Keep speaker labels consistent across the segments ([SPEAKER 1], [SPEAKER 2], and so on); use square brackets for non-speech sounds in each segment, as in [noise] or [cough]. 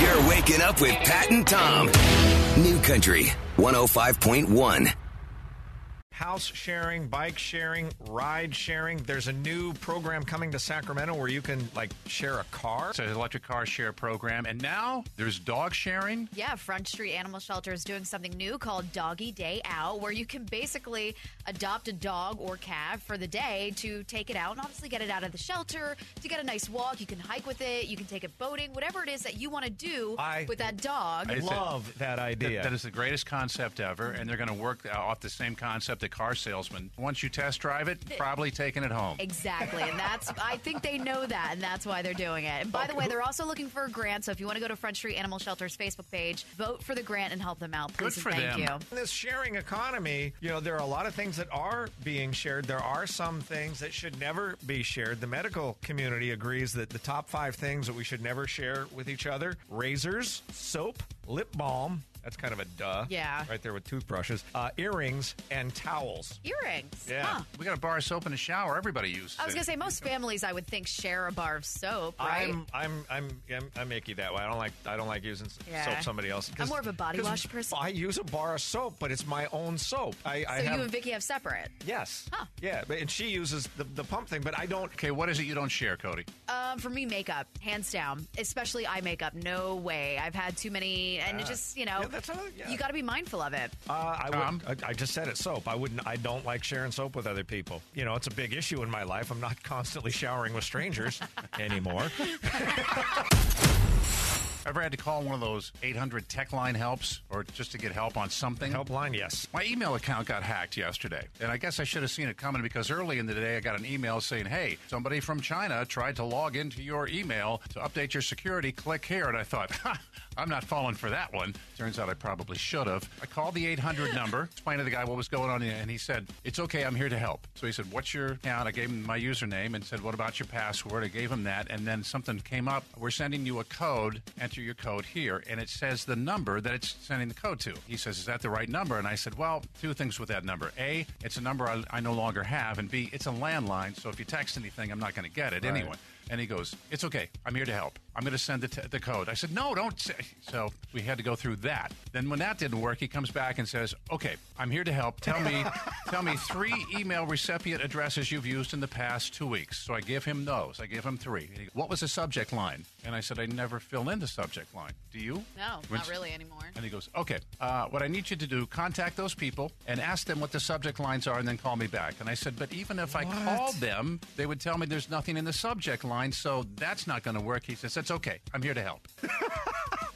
[SPEAKER 1] You're waking up with Pat and Tom. New Country 105.1.
[SPEAKER 2] House sharing, bike sharing, ride sharing. There's a new program coming to Sacramento where you can like share a car.
[SPEAKER 3] It's an electric car share program. And now there's dog sharing.
[SPEAKER 4] Yeah, Front Street Animal Shelter is doing something new called Doggy Day Out, where you can basically adopt a dog or cat for the day to take it out and obviously get it out of the shelter to get a nice walk. You can hike with it, you can take it boating, whatever it is that you want to do
[SPEAKER 2] I-
[SPEAKER 4] with that dog.
[SPEAKER 2] I
[SPEAKER 3] It's a-
[SPEAKER 2] love that idea.
[SPEAKER 3] That is the greatest concept ever. And they're going to work uh, off the same concept that car salesman. Once you test drive it, probably taking it home.
[SPEAKER 4] Exactly. And that's, I think they know that, and that's why they're doing it. And by the way, they're also looking for a grant. So if you want to go to Front Street Animal Shelter's Facebook page, vote for the grant and help them out. Please
[SPEAKER 3] for
[SPEAKER 4] and thank
[SPEAKER 3] them.
[SPEAKER 4] you.
[SPEAKER 2] in this sharing economy, you know, there are a lot of things that are being shared. There are some things that should never be shared. The medical community agrees that the top five things that we should never share with each other razors, soap, lip balm. That's kind of a duh.
[SPEAKER 4] Yeah.
[SPEAKER 2] Right there with toothbrushes, uh, earrings, and towels.
[SPEAKER 4] Earrings.
[SPEAKER 2] Yeah.
[SPEAKER 4] Huh.
[SPEAKER 3] We got a bar of soap in the shower. Everybody uses
[SPEAKER 4] I was
[SPEAKER 3] it.
[SPEAKER 4] gonna say most families, I would think, share a bar of soap, right?
[SPEAKER 2] I'm I'm I'm I'm, I'm icky that way. I don't like I don't like using s
[SPEAKER 4] Yeah.
[SPEAKER 2] soap somebody else. 'cause-
[SPEAKER 4] I'm more of a body
[SPEAKER 2] 'cause
[SPEAKER 4] wash person.
[SPEAKER 2] I use a bar of soap, but it's my own soap. I, I
[SPEAKER 4] so
[SPEAKER 2] have
[SPEAKER 4] you and Vicky have separate.
[SPEAKER 2] yes,
[SPEAKER 4] Huh.
[SPEAKER 2] yeah, but, and she uses the, the pump thing, but I don't.
[SPEAKER 3] Okay, what is it you don't share, Cody?
[SPEAKER 4] Um, for me, makeup, hands down, especially eye makeup. No way. I've had too many, and it just you know,
[SPEAKER 2] Uh, Yeah, that's another- yeah.
[SPEAKER 4] you got to be mindful of it.
[SPEAKER 2] Uh, I,
[SPEAKER 3] Tom?
[SPEAKER 2] would, I I just said it. Soap. I wouldn't. I don't like sharing soap with other people. You know, it's a big issue in my life. I'm not constantly showering with
[SPEAKER 4] [laughs]
[SPEAKER 2] strangers anymore.
[SPEAKER 3] Ever had to call one of those 800 tech line helps or just to get help on something?
[SPEAKER 2] Helpline, yes.
[SPEAKER 3] My email account got hacked yesterday, and I guess I should have seen it coming because early in the day I got an email saying, "Hey, somebody from China tried to log into your email to update your security. Click here." And I thought, [laughs] ha, "I'm not falling for that one." Turns out I probably should have. I called the 800 number, explained to the guy what was going on, and he said, "It's okay, I'm here to help." So he said, "What's your account?" I gave him my username and said, "What about your password?" I gave him that, and then something came up. We're sending you a code. Enter your code here, and it says the number that it's sending the code to. He says, "Is that the right number?" And I said, "Well, two things with that number: a, it's a number I, I no longer have, and b, it's a landline. So if you text anything, I'm not going to get it anyway." And he goes, "It's okay. I'm here to help. I'm going to send the, t- the code." I said, "No, don't." Say. So we had to go through that. Then when that didn't work, he comes back and says, "Okay, I'm here to help. Tell me, tell me three email recipient addresses you've used in the past two weeks." So I give him those. I give him three. And he- what was the subject line? And I said, "I never fill in the subject line. Do you?"
[SPEAKER 4] No,
[SPEAKER 3] When-
[SPEAKER 4] not really anymore.
[SPEAKER 2] [laughs]
[SPEAKER 3] and he goes, okay, uh, what I need you to do, contact those people and ask them what the subject lines are and then call me back. And I said, but even if I called them, they would tell me there's nothing in the subject line, so that's not going to work. He says, that's okay. I'm here to help.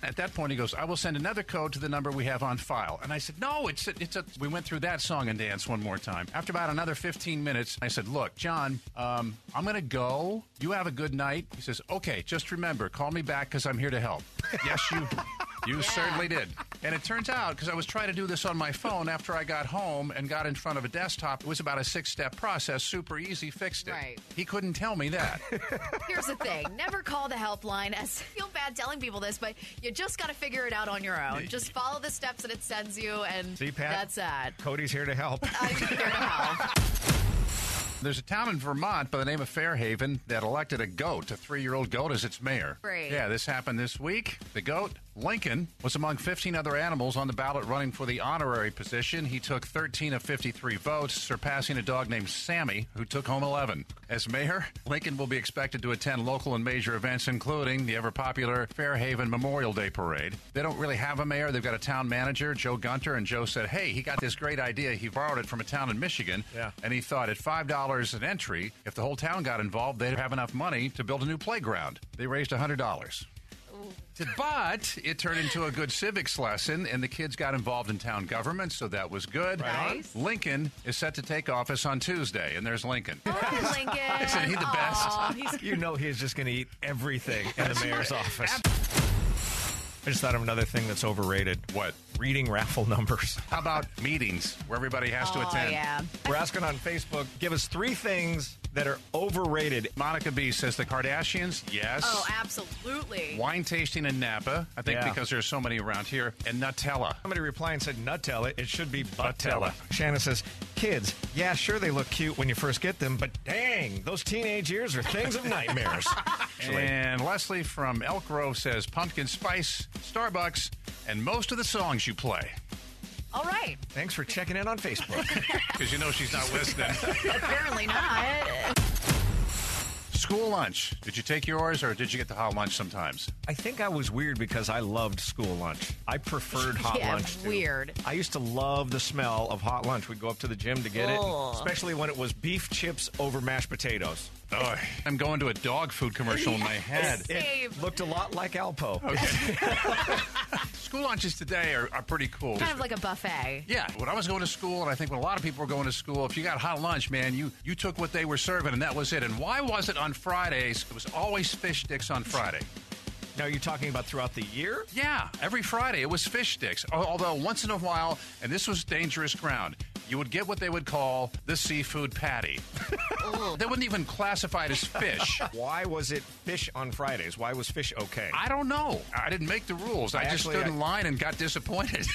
[SPEAKER 3] At that point, he goes, I will send another code to the number we have on file. And I said, No, it's a, it's a. We went through that song and dance one more time. After about another 15 minutes, I said, Look, John, um, I'm going to go. You have a good night. He says, Okay, just remember, call me back because I'm here to help. [laughs] yes, you. You certainly did. And it turns out, because I was trying to do this on my phone after I got home and got in front of a desktop, it was about a six step process, super easy, fixed it.
[SPEAKER 4] Right.
[SPEAKER 3] He couldn't tell me that. [laughs]
[SPEAKER 4] Here's the thing: never call the helpline. As I feel bad telling people this, but you just got to figure it out on your own. Just follow the steps that it sends you, and
[SPEAKER 2] See, Pat?
[SPEAKER 4] that's that.
[SPEAKER 2] [laughs] Cody's here to
[SPEAKER 4] [laughs]
[SPEAKER 2] help.
[SPEAKER 4] I'm here to
[SPEAKER 2] [laughs]
[SPEAKER 4] help.
[SPEAKER 3] There's a town in Vermont by the name of Fairhaven that elected a goat, a three year old goat, as its mayor.
[SPEAKER 4] Great.
[SPEAKER 3] Yeah, this happened this week. The goat, Lincoln, was among 15 other animals on the ballot running for the honorary position. He took 13 of 53 votes, surpassing a dog named Sammy, who took home 11. As mayor, Lincoln will be expected to attend local and major events, including the ever popular Fairhaven Memorial Day Parade. They don't really have a mayor, they've got a town manager, Joe Gunter, and Joe said, hey, he got this great idea. He borrowed it from a town in Michigan.
[SPEAKER 2] Yeah.
[SPEAKER 3] And he thought at $5 an entry, if the whole town got involved, they'd have enough money to build a new playground. They raised $100. But it turned into a good civics lesson, and the kids got involved in town government, so that was good.
[SPEAKER 4] on. Nice.
[SPEAKER 3] Lincoln is set to take office on Tuesday, and there's Lincoln.
[SPEAKER 4] Hi, Lincoln.
[SPEAKER 3] Isn't he the best?
[SPEAKER 4] Aw,
[SPEAKER 2] [laughs]
[SPEAKER 4] he's
[SPEAKER 2] you know he's just going to eat everything in the mayor's office. I just thought of another thing that's overrated.
[SPEAKER 3] What?
[SPEAKER 2] reading raffle numbers.
[SPEAKER 3] How about meetings where everybody has to
[SPEAKER 4] Oh,
[SPEAKER 3] attend?
[SPEAKER 4] yeah.
[SPEAKER 2] We're asking on Facebook, give us three things that are overrated.
[SPEAKER 3] Monica B says the Kardashians. Yes.
[SPEAKER 4] Oh, absolutely.
[SPEAKER 3] Wine tasting in Napa. I think
[SPEAKER 2] Yeah.
[SPEAKER 3] because there's so many around here. And Nutella.
[SPEAKER 2] Somebody replied and said Nutella. It should be Buttella. Shannon says, kids, yeah, sure they look cute when you first get them, but dang, those teenage years are things of nightmares.
[SPEAKER 3] And Leslie from Elk Grove says pumpkin spice, Starbucks, and most of the songs you play.
[SPEAKER 4] All right.
[SPEAKER 2] Thanks for checking in on Facebook.
[SPEAKER 3] Because you know she's not listening.
[SPEAKER 4] Apparently not.
[SPEAKER 3] School lunch. Did you take yours or did you get the hot lunch sometimes?
[SPEAKER 2] I think I was weird because I loved school lunch. I preferred hot
[SPEAKER 4] Yeah,
[SPEAKER 2] lunch. Too.
[SPEAKER 4] weird.
[SPEAKER 2] I used to love the smell of hot lunch. We'd go up to the gym to get
[SPEAKER 4] Oh.
[SPEAKER 2] it, especially when it was beef chips over mashed potatoes.
[SPEAKER 3] Oh, I'm going to a dog food commercial in my head.
[SPEAKER 4] Same.
[SPEAKER 2] It looked a lot like Alpo.
[SPEAKER 3] [laughs] School lunches today are, are pretty cool.
[SPEAKER 4] Kind of like a buffet.
[SPEAKER 3] yeah, when I was going to school, and I think when a lot of people were going to school, if you got hot lunch, man, you, you took what they were serving, and that was it. And why was it on Fridays? It was always fish sticks on Friday.
[SPEAKER 2] [laughs] Now, you're talking about throughout the year?
[SPEAKER 3] Yeah, every Friday it was fish sticks. Al- Although once in a while, and this was dangerous ground, you would get what they would call the seafood patty. they wouldn't even classify it as fish.
[SPEAKER 2] Why was it fish on Fridays? Why was fish okay?
[SPEAKER 3] I don't know. I didn't make the rules. I,
[SPEAKER 2] I
[SPEAKER 3] just
[SPEAKER 2] actually-
[SPEAKER 3] stood
[SPEAKER 2] I-
[SPEAKER 3] in line and got disappointed.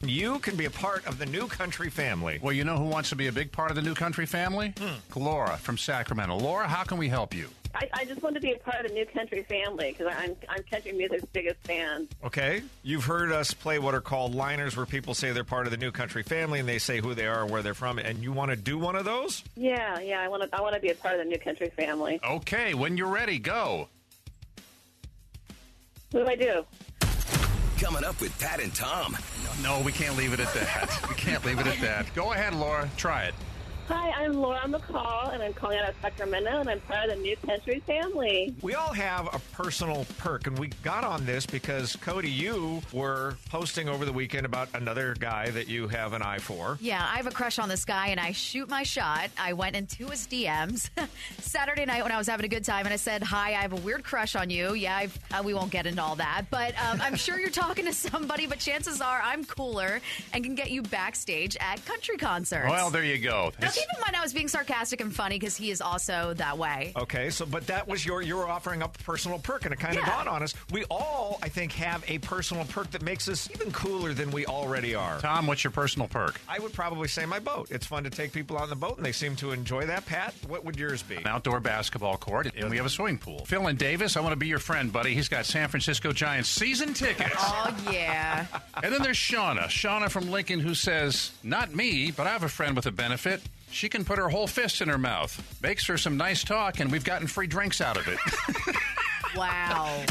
[SPEAKER 2] You can be a part of the new country family.
[SPEAKER 3] [laughs] well, you know who wants to be a big part of the new country family? Laura from Sacramento. Laura, how can we help you?
[SPEAKER 5] I, I just want to be a part of the new country family because I'm I'm country music's biggest fan.
[SPEAKER 2] Okay. You've heard us play what are called liners, where people say they're part of the new country family and they say who they are, where they're from, and you want to do one of those?
[SPEAKER 5] Yeah, yeah, I want to I want to be a part of the new country family.
[SPEAKER 3] Okay, when you're ready, go.
[SPEAKER 5] What do I do?
[SPEAKER 1] Coming up with Pat and Tom.
[SPEAKER 3] No, we can't leave it at that. [laughs] we can't leave it at that. Go ahead, Laura. Try it.
[SPEAKER 5] Hi, I'm Laura McCall, and I'm calling out of Sacramento, and I'm part of the new country family.
[SPEAKER 2] We all have a personal perk, and we got on this because Cody, you were posting over the weekend about another guy that you have an eye for.
[SPEAKER 4] Yeah, I have a crush on this guy and I shoot my shot. I went into his DMs [laughs] Saturday night when I was having a good time and I said, Hi, I have a weird crush on you. Yeah, I've, uh, we won't get into all that, but um, I'm sure you're talking to [laughs] somebody, but chances are I'm cooler and can get you backstage at country concerts.
[SPEAKER 3] Well, there you go.
[SPEAKER 4] now,
[SPEAKER 3] It's-
[SPEAKER 4] keep in mind, I was being sarcastic and funny because he is also that way.
[SPEAKER 2] Okay, so but that was your you were offering up a personal perk, and it kind of
[SPEAKER 4] Yeah.
[SPEAKER 2] dawned on us. We all, I think, have a personal perk that makes us even cooler than we already are.
[SPEAKER 3] Tom, what's your personal perk?
[SPEAKER 2] I would probably say my boat. It's fun to take people on the boat, and they seem to enjoy that. Pat, what would yours be?
[SPEAKER 3] an outdoor basketball court, and we have a swimming pool. Phil and Davis, I want to be your friend, buddy. He's got San Francisco Giants season tickets.
[SPEAKER 4] Oh, yeah.
[SPEAKER 3] and then there's Shauna. Shauna from Lincoln who says, Not me, but I have a friend with a benefit. She can put her whole fist in her mouth, makes for some nice talk, and we've gotten free drinks out of it.
[SPEAKER 4] wow.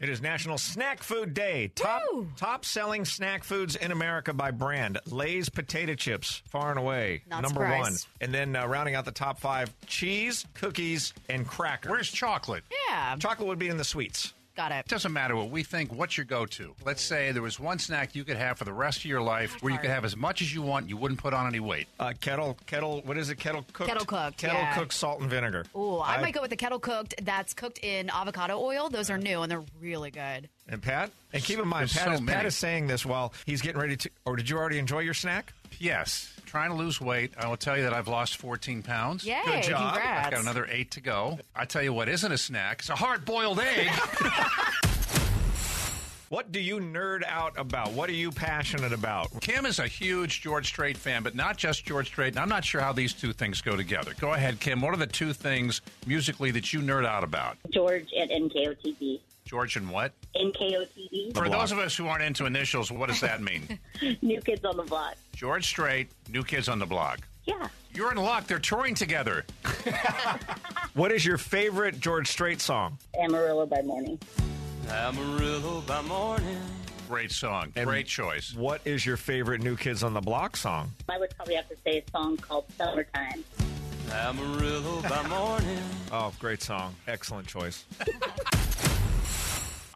[SPEAKER 2] It is National Snack Food Day. Top top selling snack foods in America by brand. Lay's potato chips, far and away
[SPEAKER 4] Not
[SPEAKER 2] number
[SPEAKER 4] surprised.
[SPEAKER 2] one. And then uh, rounding out the top five: cheese, cookies, and crackers.
[SPEAKER 3] Where's chocolate?
[SPEAKER 4] Yeah.
[SPEAKER 2] Chocolate would be in the sweets.
[SPEAKER 4] Got
[SPEAKER 3] It
[SPEAKER 4] it.
[SPEAKER 3] doesn't matter what we think. What's your go-to? Let's say there was one snack you could have for the rest of your life, where you could have as much as you want. You wouldn't put on any weight.
[SPEAKER 2] Uh, kettle kettle. What is it? Kettle cooked.
[SPEAKER 4] Kettle cooked,
[SPEAKER 2] Kettle
[SPEAKER 4] yeah.
[SPEAKER 2] cooked salt and vinegar.
[SPEAKER 4] Ooh, I, might go with the kettle cooked that's cooked in avocado oil. Those are new and they're really good.
[SPEAKER 2] And Pat. And keep in mind,
[SPEAKER 3] There's
[SPEAKER 2] Pat,
[SPEAKER 3] so
[SPEAKER 2] is, Pat
[SPEAKER 3] many.
[SPEAKER 2] is saying this while he's getting ready to. Or did you already enjoy your snack?
[SPEAKER 3] Yes, trying to lose weight. I will tell you that I've lost 14 pounds.
[SPEAKER 4] Yay,
[SPEAKER 2] Good job.
[SPEAKER 4] congrats.
[SPEAKER 3] I've got another eight to go. I tell you what isn't a snack. It's a hard boiled egg. [laughs]
[SPEAKER 2] What do you nerd out about? What are you passionate about?
[SPEAKER 3] Kim is a huge George Strait fan, but not just George Strait. And I'm not sure how these two things go together. Go ahead, Kim. What are the two things musically that you nerd out about?
[SPEAKER 6] George at NKOTB.
[SPEAKER 3] George and what?
[SPEAKER 6] NKOTB,
[SPEAKER 3] For those of us who aren't into initials, what does that mean?
[SPEAKER 6] New Kids on the Block.
[SPEAKER 3] George Strait, New Kids on the Block.
[SPEAKER 6] Yeah.
[SPEAKER 3] You're in luck. They're touring together.
[SPEAKER 2] What is your favorite George Strait song?
[SPEAKER 6] Amarillo by morning.
[SPEAKER 7] Amarillo by morning.
[SPEAKER 3] Great song. Great choice.
[SPEAKER 2] What is your favorite New Kids on the Block song?
[SPEAKER 6] I would probably have to say a song called Summertime.
[SPEAKER 7] Amarillo by morning.
[SPEAKER 2] Oh, great song. Excellent choice.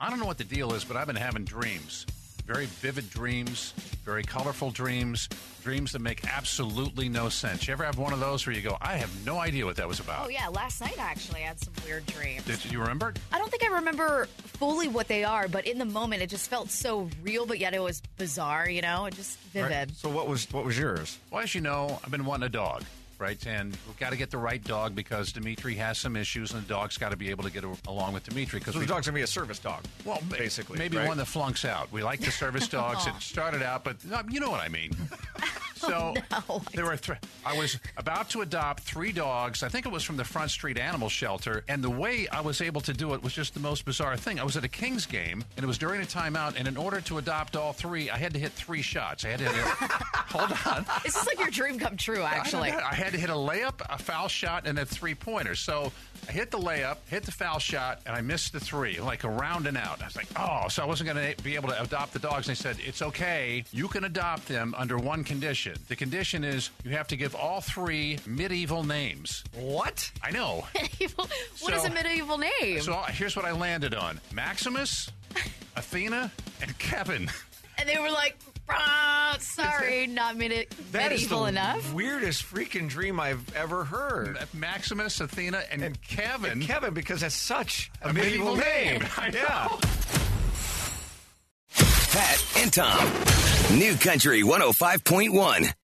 [SPEAKER 3] I don't know what the deal is, but I've been having dreams. Very vivid dreams, very colorful dreams, dreams that make absolutely no sense. You ever have one of those where you go, I have no idea what that was about?
[SPEAKER 4] Oh yeah, last night actually I had some weird dreams.
[SPEAKER 3] Did you remember? it?
[SPEAKER 4] I don't think I remember fully what they are, but in the moment it just felt so real, but yet it was bizarre. You know, it just vivid.
[SPEAKER 2] So what was what was yours?
[SPEAKER 3] Well, as you know, I've been wanting a dog, right? And we've got to get the right dog because Dimitri has some issues, and the dog's got to be able to get a- along with Dimitri because
[SPEAKER 2] So the
[SPEAKER 3] we
[SPEAKER 2] dog's gonna be a service dog.
[SPEAKER 3] Well, ma-
[SPEAKER 2] basically,
[SPEAKER 3] maybe
[SPEAKER 2] right?
[SPEAKER 3] one that flunks out. We like the service dogs. it started out, but no, you know what I mean. So there were. Th- I was about to adopt three dogs. I think it was from the Front Street Animal Shelter, and the way I was able to do it was just the most bizarre thing. I was at a Kings game, and it was during a timeout. And in order to adopt all three, I had to hit three shots. I had to. Hit [laughs] hold on.
[SPEAKER 4] This is like your dream come true, actually. [laughs]
[SPEAKER 3] I, I had to hit a layup, a foul shot, and a three pointer. So I hit the layup, hit the foul shot, and I missed the three, like a round and out. I was like, oh, so I wasn't going to be able to adopt the dogs. And they said, it's okay. You can adopt them under one condition. The condition is you have to give all three medieval names.
[SPEAKER 2] What?
[SPEAKER 3] I know.
[SPEAKER 4] What is
[SPEAKER 3] So-
[SPEAKER 4] a medieval name?
[SPEAKER 3] so here's what I landed on Maximus, Athena, and Kevin. [laughs]
[SPEAKER 4] and they were like, "Ah, sorry, not medi-
[SPEAKER 2] That is
[SPEAKER 4] medieval
[SPEAKER 2] the
[SPEAKER 4] enough.
[SPEAKER 2] Weirdest freaking dream I've ever heard.
[SPEAKER 3] Maximus, Athena, and, Kevin.
[SPEAKER 2] And Kevin, because that's such a,
[SPEAKER 3] medieval Mm. name. [laughs] I
[SPEAKER 2] yeah.
[SPEAKER 1] oh Pat and Tom. New Country 105.1.